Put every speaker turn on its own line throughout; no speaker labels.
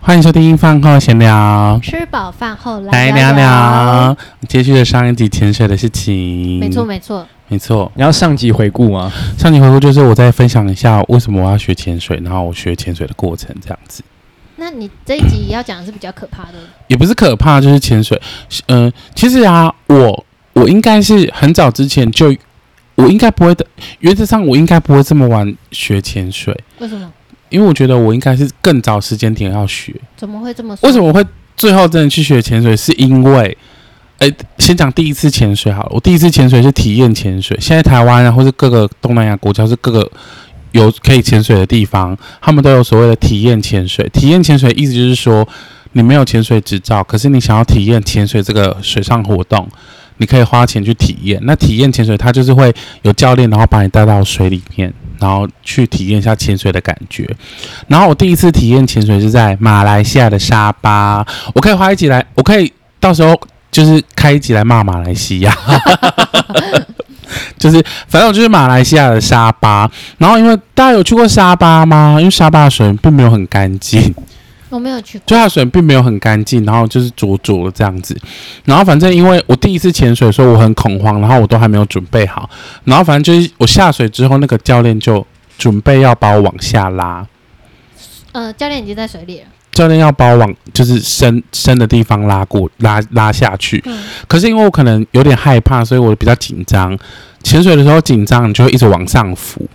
欢迎收听饭后闲聊，
吃饱饭后来
来聊聊。接续了上一集潜水的事情，
没错，没错，
没错。
你要上集回顾吗？
上集回顾就是我再分享一下为什么我要学潜水，然后我学潜水的过程这样子，
那你这一集要讲的是比较可怕的，
也不是可怕，就是潜水。嗯、其实啊，我我应该是很早之前就，我应该不会的，原则上我应该不会这么晚学潜水，
为什么？
因为我觉得我应该是更早时间点要学。
怎么会这么说？
为什么我会最后真的去学潜水？是因为，哎、先讲第一次潜水好了。我第一次潜水是体验潜水。现在台湾啊，或是各个东南亚国家，或是各个有可以潜水的地方，他们都有所谓的体验潜水。体验潜水意思就是说，你没有潜水执照，可是你想要体验潜水这个水上活动。你可以花钱去体验，那体验潜水，它就是会有教练，然后把你带到水里面，然后去体验一下潜水的感觉。然后我第一次体验潜水是在马来西亚的沙巴，我可以花一集来，我可以到时候就是开一集来骂马来西亚， 就是反正我就是马来西亚的沙巴。然后因为大家有去过沙巴吗？因为沙巴的水并没有很干净。
我没有去过？
就它的水并没有很干净，然后就是浊浊的这样子。然后反正因为我第一次潜水，所以我很恐慌，然后我都还没有准备好。然后反正就是我下水之后，那个教练就准备要把我往下拉，
呃，教练已经在水里了。
教练要把我往就是深深的地方拉过拉拉下去。
嗯，
可是因为我可能有点害怕，所以我比较紧张。潜水的时候紧张，你就会一直往上浮。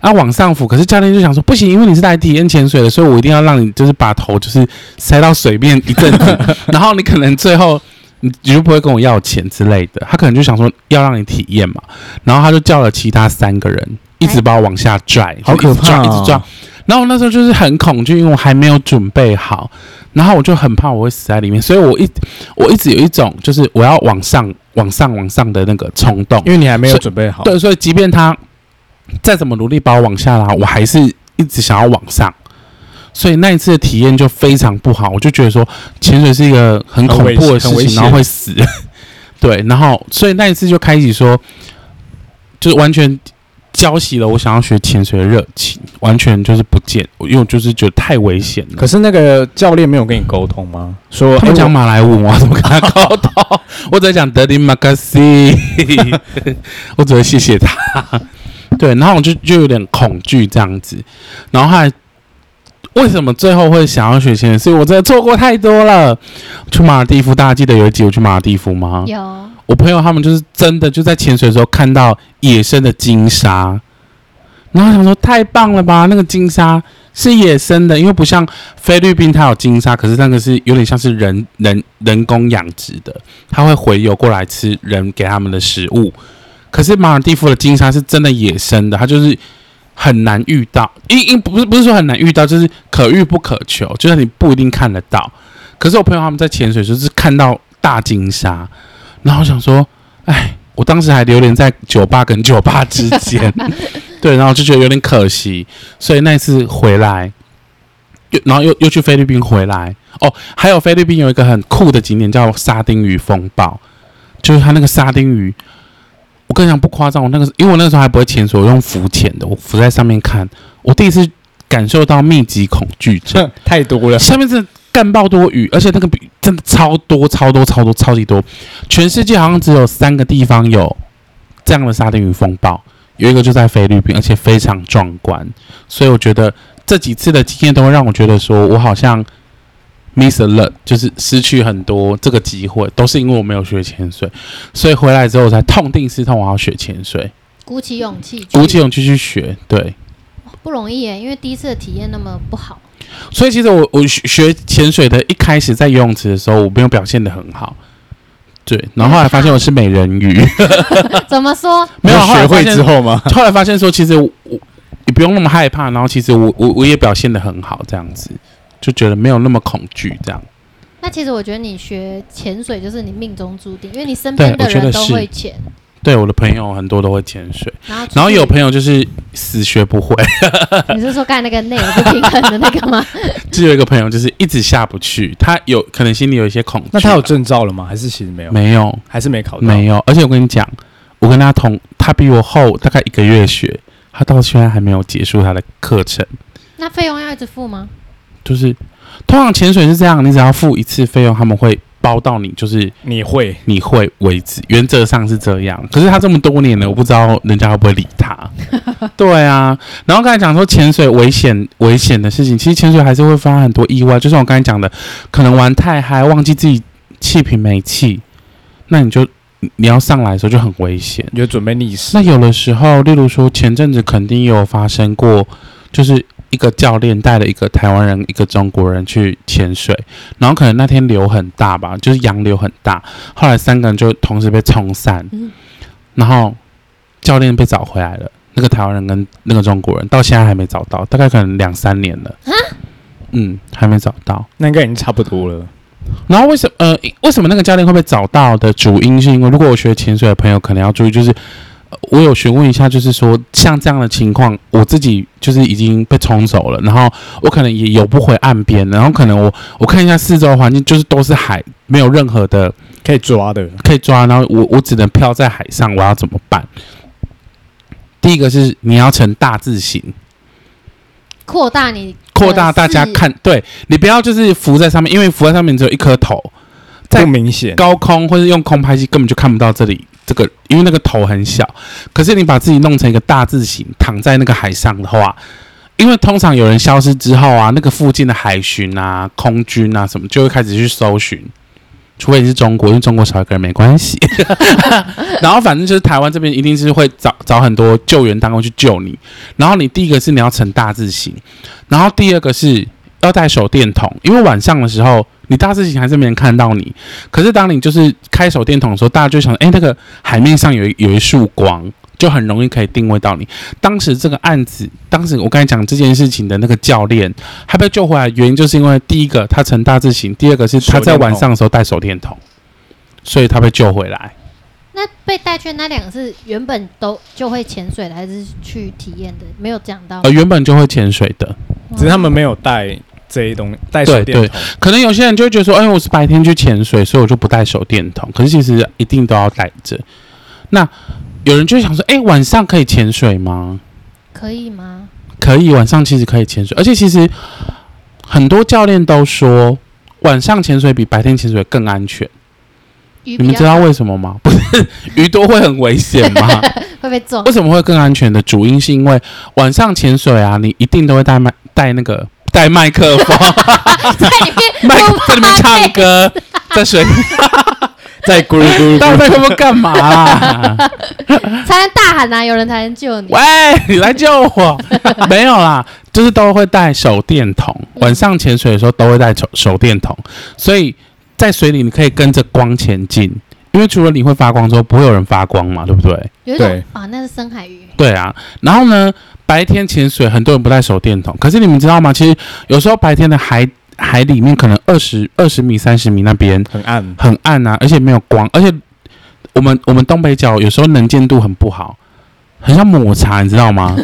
啊，往上浮，可是教练就想说不行，因为你是来体验潜水的，所以我一定要让你就是把头就是塞到水面一阵 子，然后你可能最后你你就不会跟我要钱之类的。他可能就想说要让你体验嘛，然后他就叫了其他三个人一直把我往下拽，
好
就一直
可怕
抓一直
哦
抓。然后我那时候就是很恐惧，因为我还没有准备好，然后我就很怕我会死在里面，所以我一我一直有一种就是我要往上、往上、往上的那个冲动。
因为你还没有
所以
准备好。
对，所以即便他再怎么努力把我往下拉，我还是一直想要往上。所以那一次的体验就非常不好，我就觉得说潜水是一个很恐怖的事
很危很危
情，
险
然后会死。 对，然后所以那一次就开启说，就是完全浇熄了我想要学潜水的热情，完全就是不见，因为我就是觉得太危险了。
可是那个教练没有跟你沟通吗？说
他们
哎
讲
我
马来文，我 怎么跟他沟通？我只会讲德林马克 西，我只会谢谢他。对，然后我就就有点恐惧这样子，然后还为什么最后会想要学潜水？是因为我真的错过太多了。去马尔蒂夫，大家记得有一集我去马尔蒂夫吗？
有
我朋友他们就是真的就在潜水的时候看到野生的金鲨，然后想说太棒了吧，那个金鲨是野生的，因为不像菲律宾它有金鲨，可是那个是有点像是人人人工养殖的，它会回游过来吃人给他们的食物。可是马尔蒂夫的金鲨是真的野生的，它就是很难遇到，因因不是不是说很难遇到，就是可遇不可求，就是你不一定看得到。可是我朋友他们在潜水的时候就是看到大金鲨，然后我想说，哎，我当时还流连在酒吧跟酒吧之间，对，然后就觉得有点可惜，所以那一次回来，又然后又又去菲律宾回来，哦，还有菲律宾有一个很酷的景点叫沙丁鱼风暴，就是它那个沙丁鱼。我跟你讲不夸张，我那个因为我那时候还不会潜水，我用浮潜的，我浮在上面看，我第一次感受到密集恐惧症。
哼 太多了，
下面真的干爆多鱼，而且那个比真的超多超多超多超级多，全世界好像只有三个地方有这样的沙丁鱼风暴，有一个就在菲律宾，而且非常壮观。所以我觉得这几次的经验都会让我觉得说，我好像 miss a lot，就是失去很多这个机会，都是因为我没有学潜水，所以回来之后我才痛定思痛，我要学潜水，
鼓起勇气去，
鼓起勇气去学。对，
不容易耶，因为第一次的体验那么不好。
所以其实我我学学潜水的，一开始在游泳池的时候，我没有表现的很好。对，然后后来发现我是美人 鱼，
怎么说？
没有
你
后来
学
发
会
现
之后吗？
后来发现说，其实我我也不用那么害怕，然后其实我我我也表现的很好，这样子就觉得没有那么恐惧，这样
那其实我觉得你学潜水就是你命中注定，因为你身边
对
的
我觉得
人都
是
会潜，
对我的朋友很多都会潜水，
然后出去
然后有朋友就是死学不会，
你是说刚才那个内容不平衡的那个吗？
就有一个朋友就是一直下不去，他有可能心里有一些恐惧，
那他有证照了吗？还是其实没有？
没有？
还是没考到？
没有，而且我跟你讲，我跟他同，他比我后大概一个月学，他到现在还没有结束他的课程，
那费用要一直付吗？
就是通常潜水是这样，你只要付一次费用，他们会包到你，就是
你会
你会为止。原则上是这样，可是他这么多年了，我不知道人家会不会理他。 对啊，然后刚才讲说潜水危险危险的事情，其实潜水还是会发生很多意外，就像我刚才讲的，可能玩太嗨，忘记自己气瓶没气，那你就你要上来的时候就很危险。
你就准备溺死
那，有的时候，例如说前阵子肯定也有发生过，就是一个教练带了一个台湾人、一个中国人去潜水，然后可能那天流很大吧，就是洋流很大，后来三个人就同时被冲散，
嗯
然后教练被找回来了，那个台湾人跟那个中国人到现在还没找到，大概可能两三年了，嗯，还没找到。
那应该已经差不多了。
然后为什么呃为什么那个教练会被找到的主因是因为如果我学潜水的朋友可能要注意，就是呃我有询问一下，就是说像这样的情况，我自己就是已经被冲走了，然后我可能也游不回岸边，然后可能我我看一下四周环境，就是都是海，没有任何的
可以抓的，
可以抓，然后我我只能漂在海上，我要怎么办？第一个是你要成大字形，
扩大你
扩大大家
视野
看，对你不要就是浮在上面，因为浮在上面只有一颗头，在
不明显，
高空或者用空拍机根本就看不到这里这个，因为那个头很小。可是你把自己弄成一个大字形，躺在那个海上的话，因为通常有人消失之后啊，那个附近的海巡啊、空军啊什么就会开始去搜寻。除非你是中国，因为中国少一个人没关系。 然后反正就是台湾这边一定是会找找很多救援单位去救你。然后你第一个是你要成大字形，然后第二个是要带手电筒，因为晚上的时候你大字形还是没人看到你。可是当你就是开手电筒的时候，大家就想，哎、那个海面上有一有一束光，就很容易可以定位到你。当时这个案子，当时我刚才讲这件事情的那个教练，他被救回来，原因就是因为第一个他成大字形，第二个是他在晚上的时候带手电筒，所以他被救回来。
那被带去那两次原本都就会潜水的，还是去体验的？没有讲到
呃，，原本就会潜水的，
只是他们没有带这一东带手电
对
筒，
可能有些人就会觉得说，哎、我是白天去潜水，所以我就不带手电筒。可是其实一定都要带着。那有人就会想说，哎、晚上可以潜水吗？
可以吗？
可以，晚上其实可以潜水，而且其实很多教练都说晚上潜水比白天潜水更安全。
鱼
你
比
们
较
知道为什么吗？不是 鱼多会很危险 吗？
会被撞
为，什么会更安全的主因是因为晚上潜水啊，你一定都会带麦带那个带麦克风，
在 里 面
麦
我
克在里面
怕
唱
被
歌， 在水里
在咕噜咕噜咕
带
噜
麦克风干嘛 啦？
才能大喊啊，有人才能救你
喂。，你来救 我！没有啦，就是都会带手电筒，
嗯
晚上潜水的时候都会带手手电筒，所以在水里你可以跟着光前进，因为除了你会发光之后，不会有人发光嘛，对不对？
有一种
对
啊，那是深海鱼，
对啊。然后呢，白天潜水很多人不带手电筒，可是你们知道吗？其实有时候白天的海海里面可能二十二十米、三十米那边
很暗，
很暗啊，而且没有光，而且我们我们东北角有时候能见度很不好，很像抹茶，你知道吗？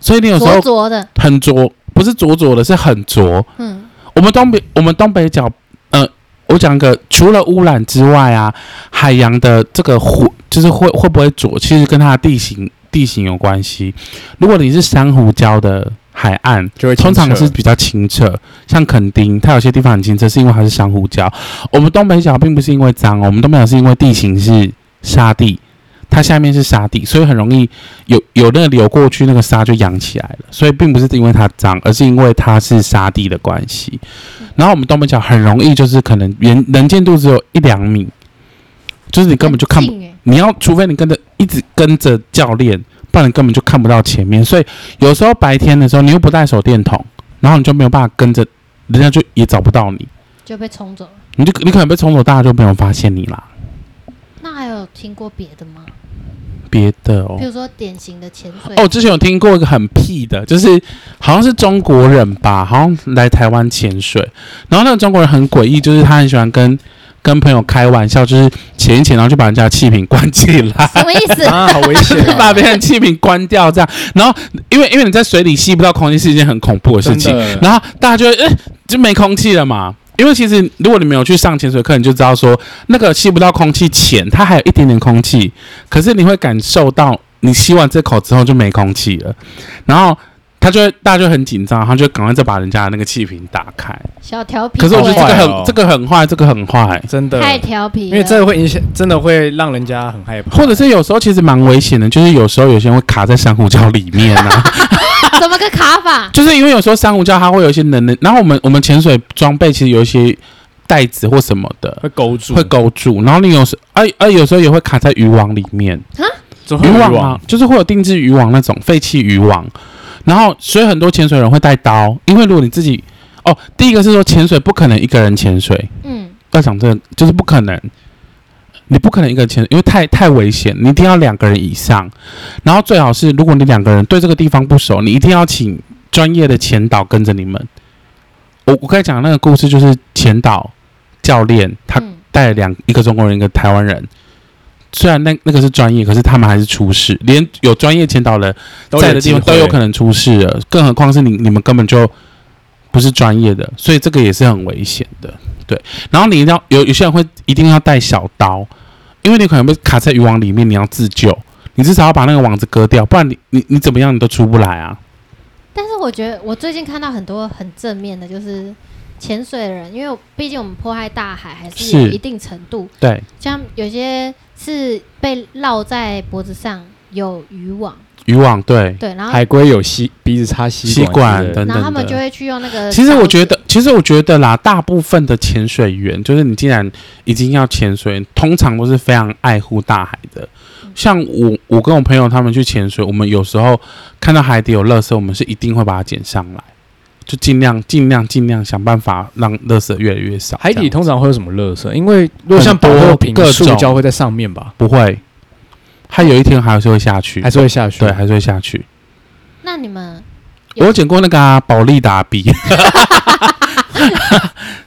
所以你有时
灼
候
灼的，
很浊，不是灼灼的，是很浊。
嗯，
我们东北我们东北角，呃，我讲一个除了污染之外啊，海洋的这个湖就是会会不会浊，其实跟它的地形地形有关系。如果你是珊瑚礁的海岸，
就会清
通常
澈
是比较清澈，像垦丁，它有些地方很清澈，是因为它是珊瑚礁。我们东北角并不是因为脏哦，我们东北角是因为地形是沙地，它下面是沙地，所以很容易有有那个流过去，那个沙就扬起来了。所以并不是因为它脏，而是因为它是沙地的关系。然后我们东北角很容易就是可能人能见度只有一两米，就是你根本就看不
很近欸
你要除非你跟着一直跟着教练，不然你根本就看不到前面。所以有时候白天的时候，你又不带手电筒，然后你就没有办法跟着，人家就也找不到你，
就被冲走了。
你就你可能被冲走，大家就没有发现你啦。
那还有听过别的吗？
别的哦
比，如说典型的潜水，
哦，之前有听过一个很屁的，就是好像是中国人吧，好像来台湾潜水，然后那个中国人很诡异，就是他很喜欢跟跟朋友开玩笑，就是潜一潜，然后就把人家的气瓶关起来。
什么意 思？
啊，好危险
就是
哦，
把别人气瓶关掉这样，然后因为因为你在水里吸不到空气是一件很恐怖的事情
真，的
然后大家就会哎、就没空气了嘛。因为其实如果你没有去上潜水课，你就知道说那个吸不到空气前，它还有一点点空气，可是你会感受到你吸完这口之后就没空气了，然后。他就会大家就很紧张，他就赶快再把人家的那个气瓶打开。
小调皮
可
鬼，
是我觉得这个很、
好坏哦
这个很坏，这个很坏，
真的，
太调皮了，
因为这个会影响，真的会让人家很害怕。
或者是有时候其实蛮危险的，就是有时候有些人会卡在珊瑚礁里面啊，
怎么个卡法？
就是因为有时候珊瑚礁它会有一些能能，然后我们我们潜水装备其实有一些袋子或什么的。
会勾住，
会勾住，然后你有时，啊啊，有时候也会卡在渔网里面，
就会
渔
有
网
欲
啊
望，，
就是会有定制渔网那种废弃渔网，然后所以很多潜水人会带刀，因为如果你自己，哦，第一个是说潜水不可能一个人潜水，
嗯，
要讲真的就是不可能，你不可能一个人潜水，因为太太危险，你一定要两个人以上，然后最好是如果你两个人对这个地方不熟，你一定要请专业的潜导跟着你们。我我刚才讲的那个故事就是潜导教练他
嗯
带了两一个中国人一个台湾人。虽然那那个是专业，可是他们还是出事，连有专业前导人
都有
在的地方
机会
都有可能出事了，更何况是你你们根本就不是专业的，所以这个也是很危险的。对，然后你一定要有有些人会一定要带小刀，因为你可能被卡在渔网里面，你要自救，你至少要把那个网子割掉，不然你你你怎么样你都出不来啊。
但是我觉得我最近看到很多很正面的，就是潜水的人，因为我毕竟我们迫害大海还是
是
有一定程度，
对，
像有些是被绕在脖子上有渔网，
渔网对，
对，然后
海龟有吸鼻子插
吸
吸
管
之类的
等
然后他
等
们就
的。
会去用那个。
其实我觉得，，其实我觉得啦，大部分的潜水员，就是你既然已经要潜水，通常都是非常爱护大海的。像我，我跟我朋友他们去潜水，我们有时候看到海底有垃圾，我们是一定会把它捡上来，就尽量尽量尽量想办法让垃圾越来越少。
海
这
底
样
通常会有什么乐色？因为如果像
很多
保乐瓶、
各
塑
种
胶会在上面吧，
不会，它有一天还是会下去
还，是会下去？
对，，还是会下去。
那你们有
我有捡过那个啊，保利达笔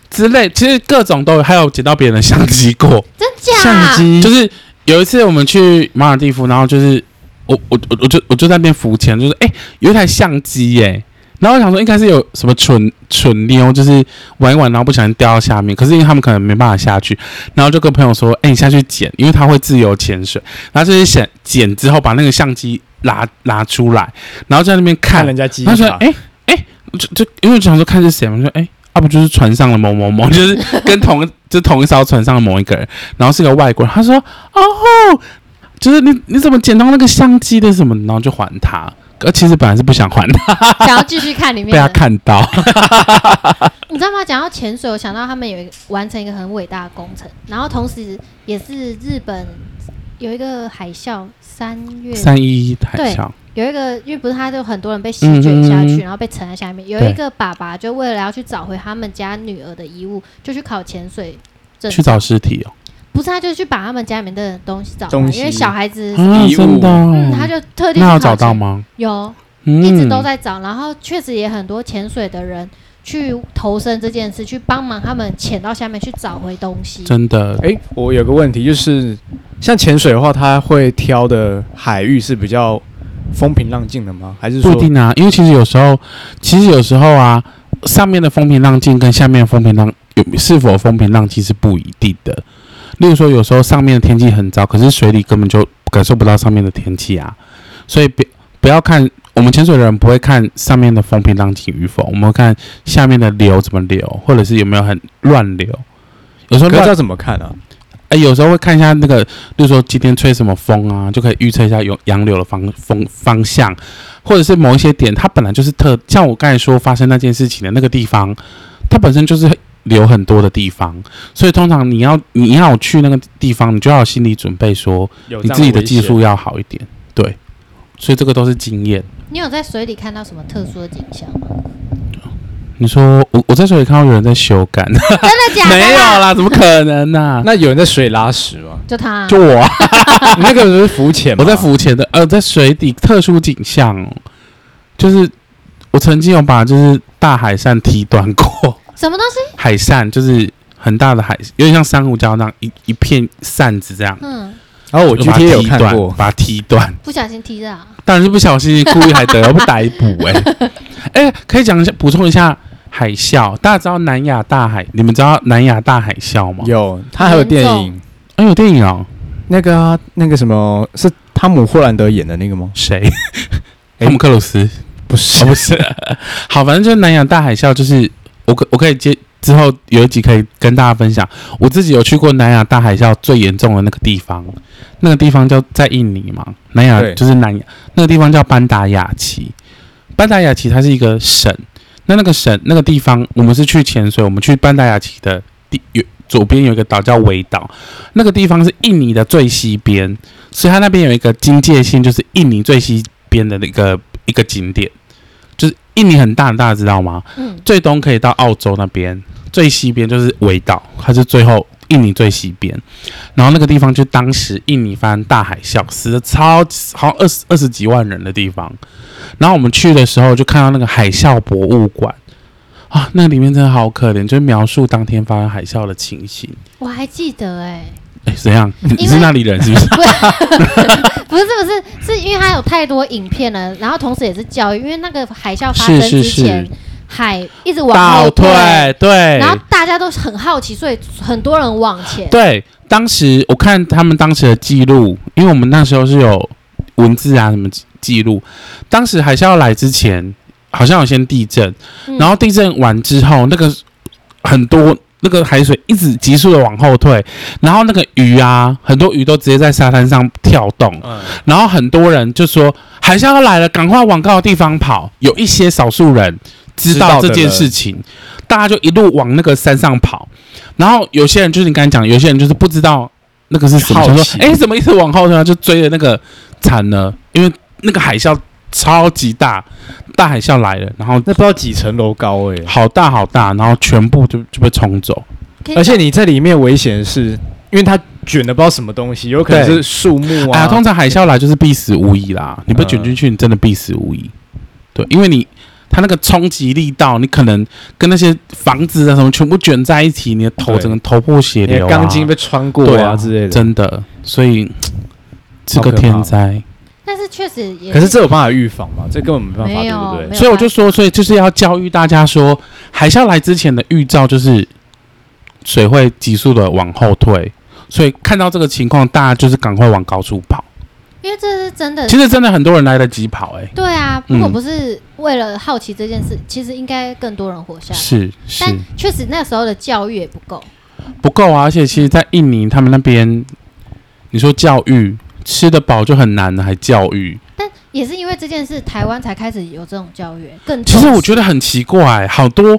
之类，其实各种都有，还有捡到别人的相机过。
真假？
相机
就是有一次我们去马尔蒂夫，然后就是我我我我就我就在那边浮潜，就是哎、诶有一台相机耶、然后我想说应该是有什么蠢蠢妞，就是玩一玩然后不小心掉到下面，可是因为他们可能没办法下去，然后就跟朋友说，哎、你下去捡，因为他会自由潜水，然后就是想捡之后把那个相机拿拿出来，然后在那边看
看人家机
他说：“
卡，
哎、哎、就就因为我想说看是谁嘛，我说哎、啊不就是船上的某某某，就是跟同就同一艘船上的某一个人，然后是个外国人。”他说：“哦，就是你你怎么捡到那个相机的什么？”然后就还他。呃，其实本来是不想还他，
想要继续看里面
被他
的。
看到。
你知道吗？讲到潜水，我想到他们有一个完成一个很伟大的工程，然后同时也是日本有一个海啸，三月
三一一海
对
啸，
有一个，因为不是他就很多人被席卷下
嗯
去，
哼
然后被沉在下面。有
对
一个爸爸就为了要去找回他们家女儿的遗物，就去考潜水证。
去找尸体哦。
不是，他就去把他们家里面的东西找回来，
东西
因为小孩子，
啊，
遗物
真的哦、
嗯，他就特地去
那
考
有
潜
找到？吗？
有，
嗯，
一直都。在找，然后确实也很多潜水的人去投身这件事，去帮忙他们潜到下面去找回东西。
真的，
哎、我有个问题，就是像潜水的话，它会挑的海域是比较风平浪静的吗？还是
不
说
一定啊，因为其实有时候，其实有时候啊，上面的风平浪静跟下面的风平浪有是否风平浪静是不一定的。例如说，有时候上面的天气很糟，可是水里根本就感受不到上面的天气啊，所以不不要看我们潜水的人不会看上面的风平浪静与否，我们会看下面的流怎么流，或者是有没有很乱流。有时候
可是
乱
要怎么看啊？
哎、有时候会看一下那个，比如说今天吹什么风啊，就可以预测一下有洋流的方风方向，或者是某一些点，它本来就是特，像我刚才说发生那件事情的那个地方，它本身就是流很多的地方，所以通常你要你要去那个地方，你就要有心理准备说
有
你自己的技术要好一点，对，所以这个都是经验。
你有在水里看到什么特殊的景象 吗？
你说我我在这里看到有人在修改，
真的假的？
没有，啊啦，怎么可能呢、
那有人在水拉屎吗？
就他啊、
就我啊、
你那个不是浮潜吗，
我在浮潜的，呃，在水底特殊景象哦，就是我曾经有把就是大海扇踢断过，
什么东西？
海扇就是很大的海，有点像珊瑚礁那样一一片扇子这样。
嗯，
然后哦我
就把它
GTA 有
踢
看
断
过，
把它踢断，
不小心踢到啊。
当然是不小心故意还得要被逮捕哎、 哎、可以讲一下补充一下海啸，大家知道南亚大海，你们知道南亚大海啸吗？
有他还有电影，
哎、有电影哦，
那个 啊，那个什么是汤姆·霍兰德演的那个吗？
谁？
哎
汤姆克鲁斯，
不是
哦，不是， 好，反正就是南洋大海啸，就是我可我可以接之后有一集可以跟大家分享。我自己有去过南洋大海啸最严重的那个地方，那个地方叫在印尼嘛，南亚
对
就是南亚那个地方叫班达雅奇，班达雅奇它是一个省，那那个省那个地方我们是去潜水，我们去班达雅奇的地有左边有一个岛叫围岛，那个地方是印尼的最西边，所以它那边有一个警戒线，就是印尼最西边的那个一个景点，就是印尼很大很大，知道吗？
嗯，
最东可以到澳洲那边，最西边就是围岛，它是最后印尼最西边。然后那个地方就当时印尼发生大海啸，死了超好像二十二十几万人的地方。然后我们去的时候就看到那个海啸博物馆。啊，那里面真的好可怜，就是描述当天发生海啸的情形。
我还记得哎、
哎，怎样？你你
因
是
为
那里人是不是？
不是不是，是因为它有太多影片了，然后同时也是教育，因为那个海啸发
是
生
是
之
是
前，海一直往
倒
后
退，对，
然后大家都很好奇，所以很多人往前。
对，当时我看他们当时的记录，因为我们那时候是有文字啊什么记记录，当时海啸来之前，好像有先地震，
嗯
然后地震完之后，那个很多那个海水一直急速的往后退，然后那个鱼啊，很多鱼都直接在沙滩上跳动，
嗯，
然后很多人就说海啸要来了，赶快往高的地方跑。有一些少数人知道这件事情，大家就一路往那个山上跑。然后有些人就是你刚才讲，有些人就是不知道那个是什么，
好奇
就说哎，诶怎么一直往后呢？就追着那个惨了，因为那个海啸超级大，大海啸来了，然后
那不知道几层楼高哎、
好大好大，然后全部就就被冲走。
可以
而且你在里面危险的是，因为它卷的不知道什么东西，有可能
对
是树木
哎
啊。
呀，通常海啸来就是必死无疑啦，你被卷进去，你真的必死无疑。
嗯
对，因为你它那个冲击力道，你可能跟那些房子啊什么全部卷在一起，你的头
对
整个头破血
你
流、
的
啊，
钢筋被穿过
对
啊之类的。
真的。所以这
好可
个
怕
天灾，
但是确实也
可是这有办法预防吗？这根本没办法，
没
对
有
不对
没？有
所以我就说，所以就是要教育大家说，海啸来之前的预兆就是水会急速的往后退，所以看到这个情况，大家就是赶快往高处跑。
因为这是真的
其，实真的很多人来得及跑、欸，
对啊，如果
嗯
不是为了好奇这件事，其实应该更多人活下来。
是是。
但确实那时候的教育也不够，
不够啊，而且其实，在印尼他们那边，你说教育吃得饱就很难了，还教育，
但也是因为这件事，台湾才开始有这种教育，更
其实我
得
觉得很奇怪，好多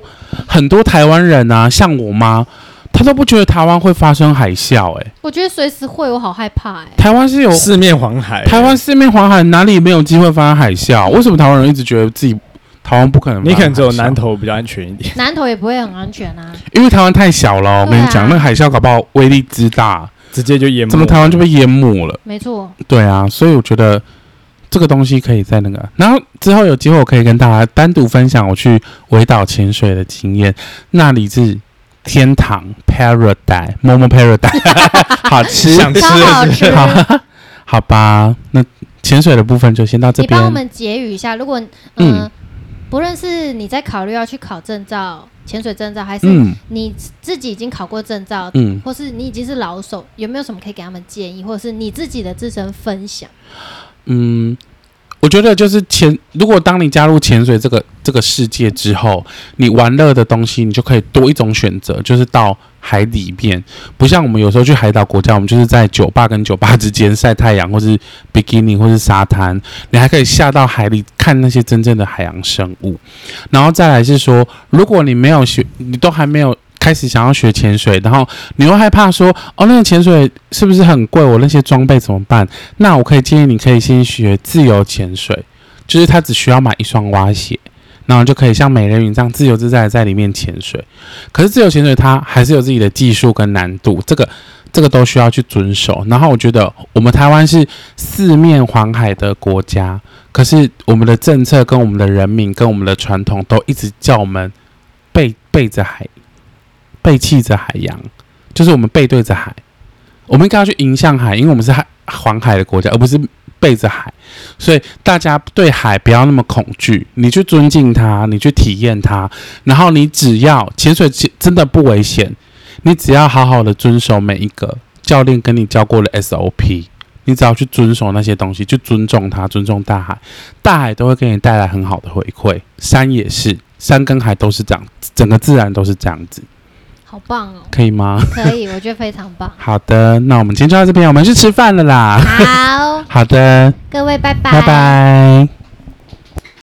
很多台湾人啊，像我妈，她都不觉得台湾会发生海啸、欸，
我觉得随时会，我好害怕哎、
台湾是有
四面环海，
台湾四面环海，哪里没有机会发生海啸？为什么台湾人一直觉得自己台湾不可能？
你可能只有南，投比较安全一点。
南投也不会很安全啊，
因为台湾太小了、我跟你
对啊
讲，那个海啸搞不好威力之大，
直接就淹没。
怎么台湾就被淹没了？
没错，
对啊，所以我觉得这个东西可以在那个，然后之后有机会我可以跟大家单独分享我去围岛潜水的经验，那里是天堂 paradise，摸摸 paradise，好 吃，
想
超好吃。
好，好吧，那潜水的部分就先到这
你帮我
边。
们结语一下，如果、嗯
嗯，
不论是你在考虑要去考证照、潜水证照，还是
嗯
你自己已经考过证照，
嗯，
或是你已经是老手，有没有什么可以给他们建议，或者是你自己的自身分享？
嗯，我觉得就是潜，如果当你加入潜水这个这个世界之后，你玩乐的东西你就可以多一种选择，就是到海里面，不像我们有时候去海岛国家，我们就是在酒吧跟酒吧之间晒太阳，或是比基尼，或是沙滩，你还可以下到海里看那些真正的海洋生物。然后再来是说，如果你没有学，你都还没有。开始想要学潜水，然后你又害怕说，哦，那个潜水是不是很贵？我那些装备怎么办？那我可以建议你可以先学自由潜水，就是它只需要买一双蛙鞋，然后就可以像美人鱼这样自由自在的在里面潜水。可是自由潜水它还是有自己的技术跟难度，这个这个都需要去遵守。然后我觉得我们台湾是四面环海的国家，可是我们的政策跟我们的人民跟我们的传统都一直叫我们背背着海，背弃着海洋，就是我们背对着海。我们应该要去迎向海，因为我们是海环海的国家，而不是背着海，所以大家对海不要那么恐惧，你去尊敬它，你去体验它，然后你只要潜水其真的不危险，你只要好好的遵守每一个教练跟你教过的 SOP，你只要去遵守那些东西，去尊重它，尊重大海，大海都会给你带来很好的回馈。山也是，山跟海都是这样，整个自然都是这样子，
好棒 哦，
可以吗？。
可以，我觉得非常棒
好的，那我们今天就到这边，我们去吃饭了啦。
好，
好的，
各位拜拜，
拜拜